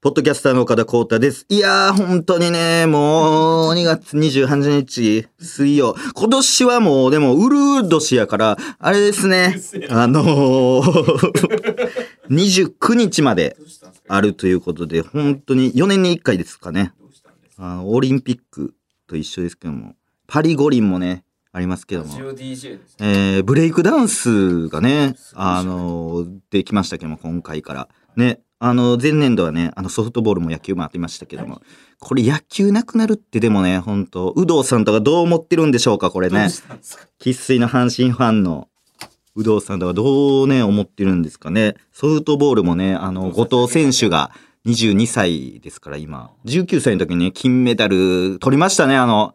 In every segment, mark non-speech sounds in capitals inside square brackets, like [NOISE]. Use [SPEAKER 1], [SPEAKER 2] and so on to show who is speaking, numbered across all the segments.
[SPEAKER 1] ポッドキャスターの岡田光太です。いやー、本当にね、もう、2月28日、水曜。今年はもう、でも、ウルー年やから、あれですね、あのー、29日まであるということで、本当に4年に1回ですかね。あーオリンピックと一緒ですけども、パリ五輪もね、ありますけども。
[SPEAKER 2] オ DJ ですね。
[SPEAKER 1] えーブレイクダンスがね、あのーできましたけども、今回から。ね、あの、前年度はね、あの、ソフトボールも野球もありましたけども、これ野球なくなるってでもね、本当有働さんとかどう思ってるんでしょうか、これ
[SPEAKER 2] ど
[SPEAKER 1] ね
[SPEAKER 2] う。したんですか
[SPEAKER 1] 生粋の阪神ファンの有働さんとかどうね、思ってるんですかね。ソフトボールもね、あの、後藤選手が22歳ですから、今。19歳の時にね、金メダル取りましたね、あの、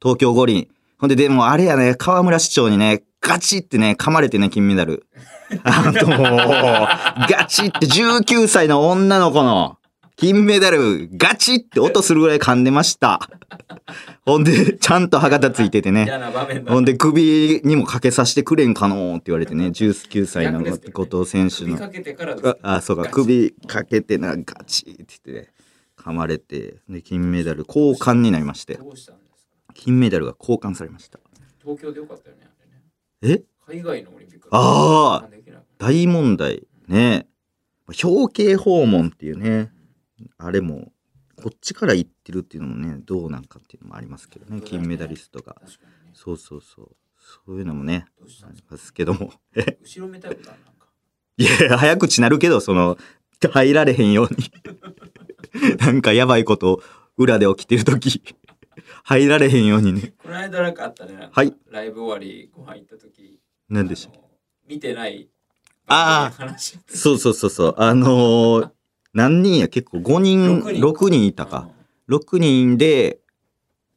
[SPEAKER 1] 東京五輪。ほんで、でもあれやね、河村市長にね、ガチってね、噛まれてね、金メダル。あの、ガチって19歳の女の子の金メダル、ガチって音するぐらい噛んでました。ほんで、ちゃんと歯型ついててね。
[SPEAKER 2] 嫌な場面だ
[SPEAKER 1] ほ。んで首にもかけさせてくれんかのって言われてね19歳の
[SPEAKER 2] 逆ですけどね
[SPEAKER 1] 後藤選手
[SPEAKER 2] 首
[SPEAKER 1] の
[SPEAKER 2] かけてからです
[SPEAKER 1] あ
[SPEAKER 2] ね。
[SPEAKER 1] あそうか
[SPEAKER 2] ガチ
[SPEAKER 1] 首かけてなガチって言ってね噛まれてで金メダル交換になりまして
[SPEAKER 2] どうしたんですか
[SPEAKER 1] 金メダルが交換されました
[SPEAKER 2] 東京でよかったよね。あれね
[SPEAKER 1] え
[SPEAKER 2] 海外のオリンピック。
[SPEAKER 1] ああ
[SPEAKER 2] できなくな
[SPEAKER 1] 大問題ね表敬訪問っていうねあれもこっちから言ってるっていうのもねどうなんかっていうのもありますけどね金メダリストが
[SPEAKER 2] る確かにね。
[SPEAKER 1] そうそうそうそういうのもね
[SPEAKER 2] どうした
[SPEAKER 1] あ
[SPEAKER 2] んで
[SPEAKER 1] り
[SPEAKER 2] すか
[SPEAKER 1] ますけども
[SPEAKER 2] 後ろめたいことあるなんか。
[SPEAKER 1] いや、早口なるけど、その、入られへんように。 [LAUGHS] なんかやばいこと、裏で起きてるとき、入られへんようにね。
[SPEAKER 2] この間なんかあったね。なんか
[SPEAKER 1] はい。
[SPEAKER 2] ライブ終わりご飯行った時。
[SPEAKER 1] なんでしたっ
[SPEAKER 2] あの見てない。
[SPEAKER 1] ああ
[SPEAKER 2] 話。
[SPEAKER 1] けそうそうそうそう。あのー何人や結構5人、
[SPEAKER 2] 六
[SPEAKER 1] 6
[SPEAKER 2] 人
[SPEAKER 1] 人いたか。。6人で、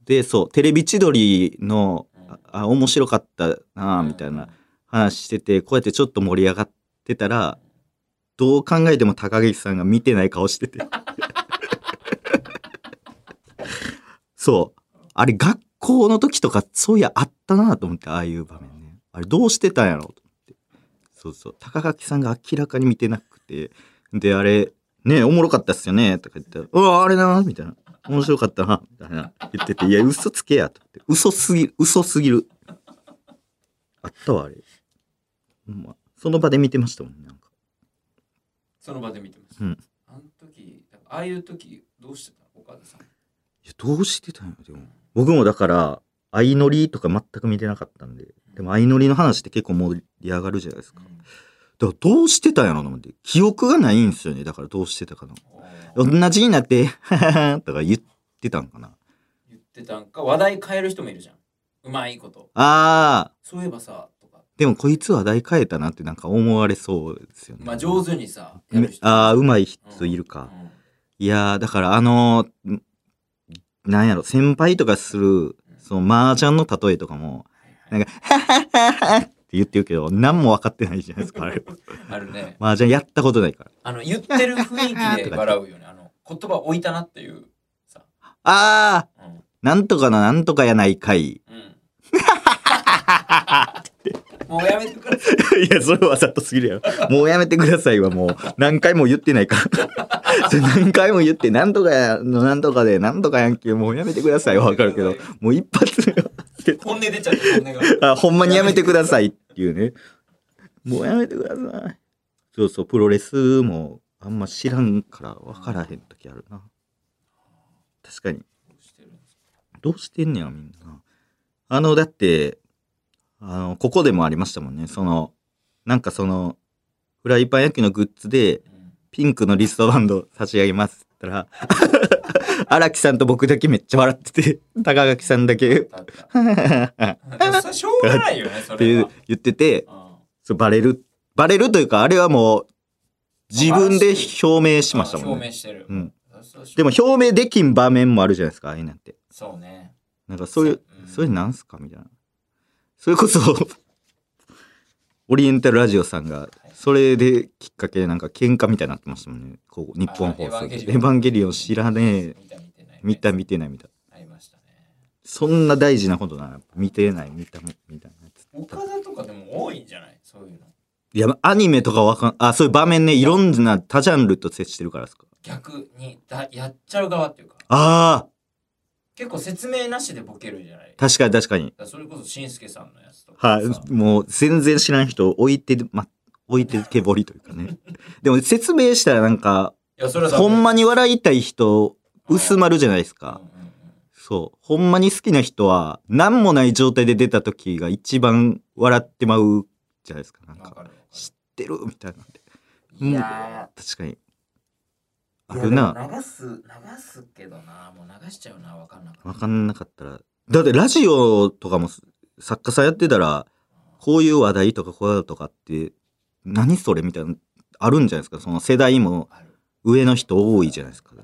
[SPEAKER 1] で、そう、テレビ千鳥の、あ、あ面白かったなあみたいな。話してて、こうやってちょっと盛り上がってたら、どう考えても高岸さんが見てない顔してて。そう。あれ、学校の時とか、そういや、あったなと思って、ああいう場面ね。あれ、どうしてたんやろうと思って。そうそう。高垣さんが明らかに見てなくて。で、あれ、ねえおもろかったっすよねとか言ったら、うわ、あれなみたいな。面白かったなみたいな。言ってて、いや、嘘つけや、と思って。嘘すぎる、嘘すぎる。あったわ、あれ。ほんまその場で見てましたもんね、なんか。
[SPEAKER 2] その場で見てまし
[SPEAKER 1] う
[SPEAKER 2] た
[SPEAKER 1] ん。
[SPEAKER 2] あの時、ああいう時どうしてた岡田さん。
[SPEAKER 1] いや、どうしてたんや、でも。僕もだから、相乗りとか全く見てなかったんで、でも相乗りの話って結構盛り上がるじゃないですか。だからどうしてたんやろなと思って、記憶がないんですよね、だからどうしてたかな。
[SPEAKER 2] う
[SPEAKER 1] 同
[SPEAKER 2] ん
[SPEAKER 1] じになって、はははとか言ってたんかな。
[SPEAKER 2] 言ってたんか話題変える人もいるじゃんうまいこと
[SPEAKER 1] あー、
[SPEAKER 2] そういえばさとか
[SPEAKER 1] でもこいつ話題変えたなってなんか思われそうですよね。
[SPEAKER 2] まあ上手にさやる
[SPEAKER 1] め
[SPEAKER 2] 人
[SPEAKER 1] あー、うまい
[SPEAKER 2] うん
[SPEAKER 1] 人いるか。
[SPEAKER 2] うん
[SPEAKER 1] いやー、だからあのーんなんやろ、先輩とかする、その麻雀の例えとかも、なんか、ははははって言ってるけど、何も分かってないじゃないですか、あれ。
[SPEAKER 2] あるね
[SPEAKER 1] 麻雀やったことないから。
[SPEAKER 2] あの言ってる雰囲
[SPEAKER 1] [LAUGHS]
[SPEAKER 2] 気で笑うよねあの言葉置いたなっていうさ
[SPEAKER 1] あー
[SPEAKER 2] うん
[SPEAKER 1] なんとかのなんとかやないか [LAUGHS] い。
[SPEAKER 2] うんもうやめてください
[SPEAKER 1] いや、それはざとすぎるやろ。もうやめてくださいはもう、何回も言ってないから。 [LAUGHS] それ何回も言って、なんとかやのなんとかで、なんとかやんけ、もうやめてくださいは分かるけど、もう一発で
[SPEAKER 2] 本音出ちゃって本音が
[SPEAKER 1] あ、ほんまにやめてくださいっていうね。もうやめてください。そうそう、プロレスもあんま知らんから分からへん時あるな。確かに。どうしてんねや、みんなな。あの、だって、あの、ここでもありましたもんね。その、なんかその、フライパン野球のグッズで、
[SPEAKER 2] うん
[SPEAKER 1] ピンクのリストバンド差し上げますって言ったら、 [LAUGHS] 荒木さんと僕だけめっちゃ笑ってて、高垣さんだけ、
[SPEAKER 2] だった
[SPEAKER 1] [LAUGHS] っ
[SPEAKER 2] だからそれしょうがないよねそ
[SPEAKER 1] て
[SPEAKER 2] れ
[SPEAKER 1] 言
[SPEAKER 2] は
[SPEAKER 1] う言ってて、
[SPEAKER 2] うん
[SPEAKER 1] そうバレるバレるというかあれはもう自分で表明しましたもん
[SPEAKER 2] 表
[SPEAKER 1] ね、
[SPEAKER 2] 明してる
[SPEAKER 1] うん、で
[SPEAKER 2] でも
[SPEAKER 1] も表明できん場面もあるじゃないですかああいうなんて
[SPEAKER 2] そうね
[SPEAKER 1] なんかそういう
[SPEAKER 2] そううん
[SPEAKER 1] それなんすかみたいなそれこそ [LAUGHS] オリエンタルラジオさんがそれできっかけでなんか喧嘩みたいになってましたもんねこう日本放送
[SPEAKER 2] あエヴァン
[SPEAKER 1] で
[SPEAKER 2] ゲ
[SPEAKER 1] 「エ
[SPEAKER 2] リオン
[SPEAKER 1] ヴァンゲリオン知らねえ
[SPEAKER 2] 見た見てない
[SPEAKER 1] 見た見てない」みたいな
[SPEAKER 2] ありましたね
[SPEAKER 1] そんな大事なことなら見てない見たみたいなやつ
[SPEAKER 2] 岡田とかでも多いんじゃないそういうの
[SPEAKER 1] いやアニメとかわかんあそういう場面ねいろんな多ジャンルと接してるからですか
[SPEAKER 2] 逆にだやっちゃう側っていうか
[SPEAKER 1] ああ、
[SPEAKER 2] 結構説明なしでボケるじゃないだか
[SPEAKER 1] 確かに確かに。
[SPEAKER 2] らそれこそしんすけさんのやつとか
[SPEAKER 1] は
[SPEAKER 2] さ
[SPEAKER 1] い、もう全然知らん人を置いて、ま、置いてけぼりというかね。でも説明したらなんか、
[SPEAKER 2] いやそれは
[SPEAKER 1] ほんま
[SPEAKER 2] に
[SPEAKER 1] に笑いたい人、薄まるじゃないですか。そう。ほんまに好きな人は、何もない状態で出た時が一番笑ってまうじゃないですか。なん
[SPEAKER 2] わ
[SPEAKER 1] か、
[SPEAKER 2] かる
[SPEAKER 1] 知ってるみたいなんで。
[SPEAKER 2] いや
[SPEAKER 1] 確かに。
[SPEAKER 2] ー
[SPEAKER 1] ある
[SPEAKER 2] い
[SPEAKER 1] な。
[SPEAKER 2] やでも流す流すけどなもう流しちゃうなわかんなかった
[SPEAKER 1] わかんなかったら。だってラジオとかも作家さんやってたら、こういう話題とかこうだとかって、何それみたいな、あるんじゃないですか。その世代も
[SPEAKER 2] ある
[SPEAKER 1] 上の人多いじゃないですか。
[SPEAKER 2] ト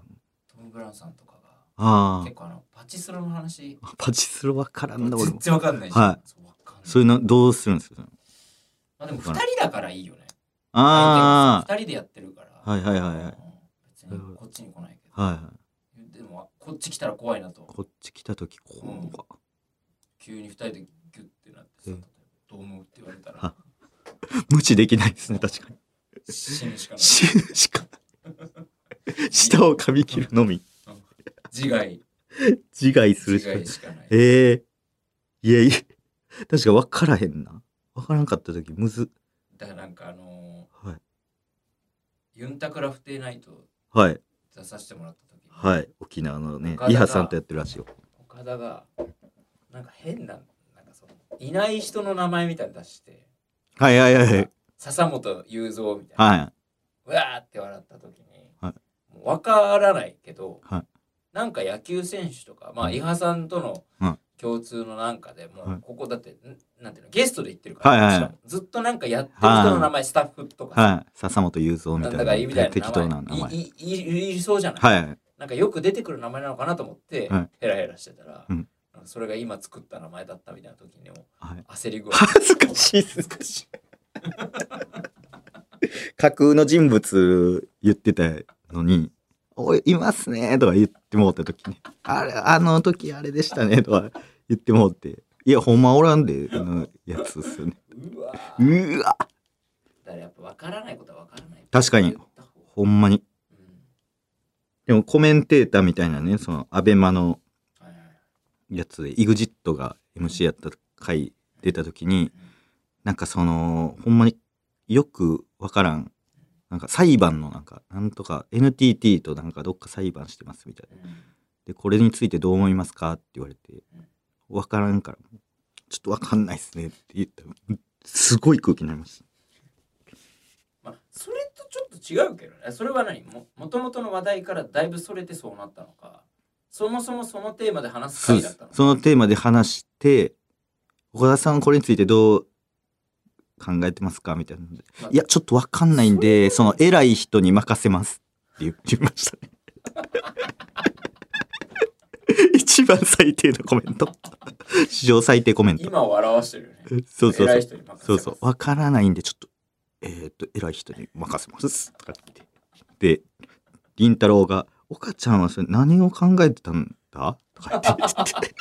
[SPEAKER 2] ム・ブラウンさんとかが
[SPEAKER 1] あ
[SPEAKER 2] 結構あのパチスロの話
[SPEAKER 1] あ。パチスロわからんな、俺
[SPEAKER 2] 全
[SPEAKER 1] も。
[SPEAKER 2] 然わかんないし
[SPEAKER 1] は
[SPEAKER 2] そうわかんない
[SPEAKER 1] そういうの、どうするんですか
[SPEAKER 2] まあでも二人だからいいよね
[SPEAKER 1] ああ。
[SPEAKER 2] 二人でやってるから
[SPEAKER 1] はいはいはいはい
[SPEAKER 2] うん別にこっちに来ないけど
[SPEAKER 1] はいはい。
[SPEAKER 2] でもこっち来たら怖いなと
[SPEAKER 1] こっち来た時こうか。
[SPEAKER 2] 急に二人でギュッてなっ
[SPEAKER 1] う
[SPEAKER 2] てさ例え
[SPEAKER 1] ん
[SPEAKER 2] ばどう思うって言われたら
[SPEAKER 1] は無視できないですね、確かに。
[SPEAKER 2] 死ぬ
[SPEAKER 1] [LAUGHS]
[SPEAKER 2] しかない
[SPEAKER 1] 死ぬしかない。舌を噛み切るのみ。
[SPEAKER 2] 自害
[SPEAKER 1] 自害する
[SPEAKER 2] 自
[SPEAKER 1] しかない
[SPEAKER 2] 害。しかない
[SPEAKER 1] ええいやいや、確か分からへんな。分からんかった時むず。
[SPEAKER 2] だからなんかあの
[SPEAKER 1] はい。
[SPEAKER 2] ーユンタクラフテナイト
[SPEAKER 1] はい。
[SPEAKER 2] 出させてもらった時に
[SPEAKER 1] はい。沖縄のね
[SPEAKER 2] 岡田、が
[SPEAKER 1] リハさんとやってるらしいよ。
[SPEAKER 2] 岡田がなんか変ななんかそのいない人の名前みたいに出して
[SPEAKER 1] はいはいはいはい。
[SPEAKER 2] 笹本雄三みたいな、
[SPEAKER 1] は
[SPEAKER 2] うわーって笑った時に、
[SPEAKER 1] は
[SPEAKER 2] もう分からないけど、
[SPEAKER 1] はい
[SPEAKER 2] なんか野球選手とかま
[SPEAKER 1] う
[SPEAKER 2] あ
[SPEAKER 1] ん
[SPEAKER 2] 伊波さんと
[SPEAKER 1] うん
[SPEAKER 2] の共通のなんかでも
[SPEAKER 1] は
[SPEAKER 2] う
[SPEAKER 1] い
[SPEAKER 2] ここだって、んなんていうのゲストで言ってるから、
[SPEAKER 1] はいはいはい
[SPEAKER 2] しかもずっとなんかやってる人の名前スタッフとか
[SPEAKER 1] い。
[SPEAKER 2] さ、
[SPEAKER 1] はい。笹本雄三み
[SPEAKER 2] なん
[SPEAKER 1] た
[SPEAKER 2] だかいい
[SPEAKER 1] い
[SPEAKER 2] み
[SPEAKER 1] な
[SPEAKER 2] たいな名前
[SPEAKER 1] 適当な名前。
[SPEAKER 2] いいいいいそうじゃない、
[SPEAKER 1] はい。
[SPEAKER 2] なんかよく出てくる名前なのかなと思って、
[SPEAKER 1] はい
[SPEAKER 2] ヘラヘラしてたら、
[SPEAKER 1] うん
[SPEAKER 2] なんかそれが今作った名前だったみたいな時にも
[SPEAKER 1] はい。
[SPEAKER 2] 焦り具合
[SPEAKER 1] [LAUGHS] 恥ずかしいっす。 [LAUGHS]
[SPEAKER 2] しい
[SPEAKER 1] 架空の人物言ってたのに「おいいますね」とか言ってもうた時に「あれあの時あれでしたね」とか言ってもうて「いやほんまおらんで」のやつっすよね。
[SPEAKER 2] うわーだ
[SPEAKER 1] うわ
[SPEAKER 2] からやっぱ分からないことは分からない
[SPEAKER 1] 確かに
[SPEAKER 2] 言った方が
[SPEAKER 1] ほんまに。
[SPEAKER 2] うん
[SPEAKER 1] でもコメンテーターみたいなねそのアベマの
[SPEAKER 2] はいはい
[SPEAKER 1] やつで EXIT が MC やった回出た時になんかそのほんまによくわからんなんか裁判のなんかなんとか NTT となんかどっか裁判してますみたいな。で、これについてどう思いますかって言われて
[SPEAKER 2] うん、
[SPEAKER 1] わからんから、ちょっとわかんないっすねって言ったら、すごい空気になりまし
[SPEAKER 2] まあ、それとちょっと違うけどねそれは何ももともとの話題からだいぶそれてそうなったのかそもそもそのテーマで
[SPEAKER 1] た。
[SPEAKER 2] 話す
[SPEAKER 1] そう
[SPEAKER 2] 回
[SPEAKER 1] で
[SPEAKER 2] だっ
[SPEAKER 1] す
[SPEAKER 2] たの。か
[SPEAKER 1] そのテーマで話して、岡田さんこれについてどう考えてますかみたいなので
[SPEAKER 2] まあ
[SPEAKER 1] いや、ちょっとわかんないんで、その偉い人に任せますって言いましたね。 [LAUGHS] 一番最低のコメント。史上最低コメント。
[SPEAKER 2] 今を表してるよね
[SPEAKER 1] そうそうそ
[SPEAKER 2] 偉
[SPEAKER 1] う
[SPEAKER 2] い。人に任せます
[SPEAKER 1] そうそう。わからないんで、ちょっと、えーっ、と、偉い人に任せます。とか言って。で、凛太郎が、岡ちゃんはそれ何を考えてたんだとか言って。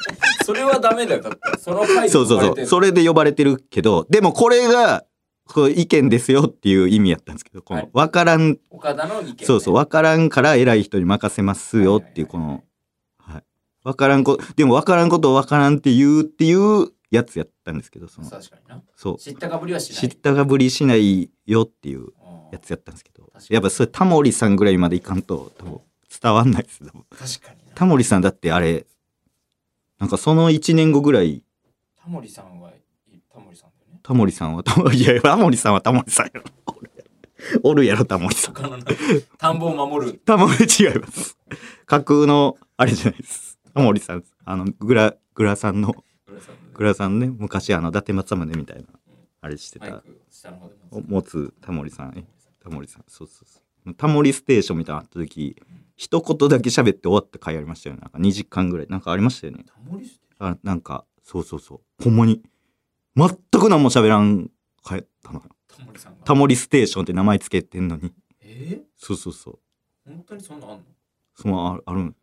[SPEAKER 2] それはダメだよだってその [LAUGHS] 回で
[SPEAKER 1] そう
[SPEAKER 2] 言
[SPEAKER 1] そう
[SPEAKER 2] われ
[SPEAKER 1] そ
[SPEAKER 2] て
[SPEAKER 1] う。
[SPEAKER 2] る
[SPEAKER 1] それで呼ばれてるけど、でもこれが、こう意見ですよっていう意味やったんですけど、こ
[SPEAKER 2] は
[SPEAKER 1] の
[SPEAKER 2] い、
[SPEAKER 1] わからん、
[SPEAKER 2] 岡田の意見ね、
[SPEAKER 1] そうそう、わからんから偉い人に任せますよっていう、この、はい。わからんこ、でもわからんことをわからんって言うっていうやつやったんですけど、その、
[SPEAKER 2] 確かにな
[SPEAKER 1] そう。
[SPEAKER 2] 知ったかぶりはしな
[SPEAKER 1] 知
[SPEAKER 2] い
[SPEAKER 1] ったかぶりしないよっていう
[SPEAKER 2] うん
[SPEAKER 1] やつやったんですけど
[SPEAKER 2] 確かに
[SPEAKER 1] やっぱそれタモリさんぐらいまでいかんと多分伝わんないです多分
[SPEAKER 2] 確かにな
[SPEAKER 1] タモリさんだってあれなんかその1年後ぐらい
[SPEAKER 2] タモリさんはいタモリさんだよね
[SPEAKER 1] タモリさんはタモいやタモリさんはタモリさんやろおるやろタモリさん
[SPEAKER 2] 他のな [LAUGHS] 田んぼを守る
[SPEAKER 1] タモリ違います架空のあれじゃないですタモリさんですあのグラグラさんのグラさんね昔あの伊達政宗みたいなあれして
[SPEAKER 2] マイ
[SPEAKER 1] た
[SPEAKER 2] ク下の方で持つ
[SPEAKER 1] を持つタモリさんタモリさんそうそうそうタモリステーションみたいなのあった時一言だけ喋って終わった回ありましたよねなんか2時間ぐらいなんかありましたよね
[SPEAKER 2] タモリステ
[SPEAKER 1] あなんかそうそうそうほんまに全く何も喋らんかったな
[SPEAKER 2] タモリさんが
[SPEAKER 1] タモリステーションって名前つけてんのに
[SPEAKER 2] え
[SPEAKER 1] そうそうそう
[SPEAKER 2] ー、本当にそんなあんの
[SPEAKER 1] そのああるん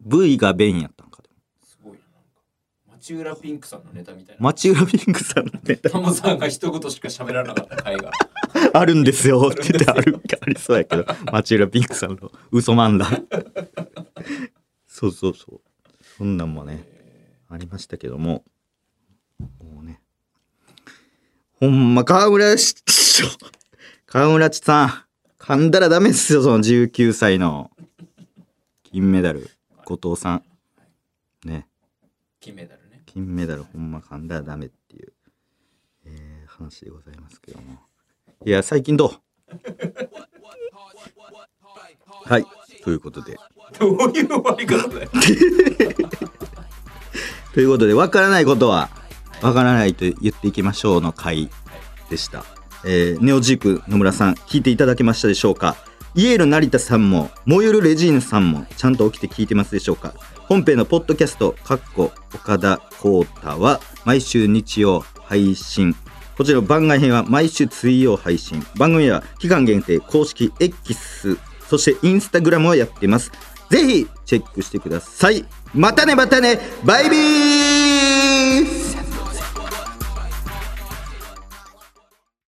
[SPEAKER 1] V がベンやったんかです
[SPEAKER 2] ごいななんか町浦ピンクさんのネタみたいな
[SPEAKER 1] 町浦ピンクさんのネタ
[SPEAKER 2] タモさんが一言しか喋らなかった回が
[SPEAKER 1] [LAUGHS] あるんですよって言ってあるありそうやけど町浦ピンクさんの嘘漫談そうそうそうそんなんもねありましたけどももうねほんま川村市長川村地さん噛んだらダメっすよその19歳の金メダル後藤さんね
[SPEAKER 2] 金メダルね。
[SPEAKER 1] 金メダルほんま噛んだらダメっていう、えー話でございますけどもいや最近どうはいということで
[SPEAKER 2] どういう終わり方だよ。
[SPEAKER 1] ということでわからないことはわからないと言っていきましょうの回でした、えーネオジーク野村さん聞いていただけましたでしょうかイエール成田さんも燃ゆるレジーヌさんもちゃんと起きて聞いてますでしょうか本編のポッドキャスト「かっこ岡田浩太」は毎週日曜配信こちら番外編は毎週水曜配信番組は期間限定公式 X そしてインスタグラムをやっていますぜひチェックしてくださいまたねまたねバイビー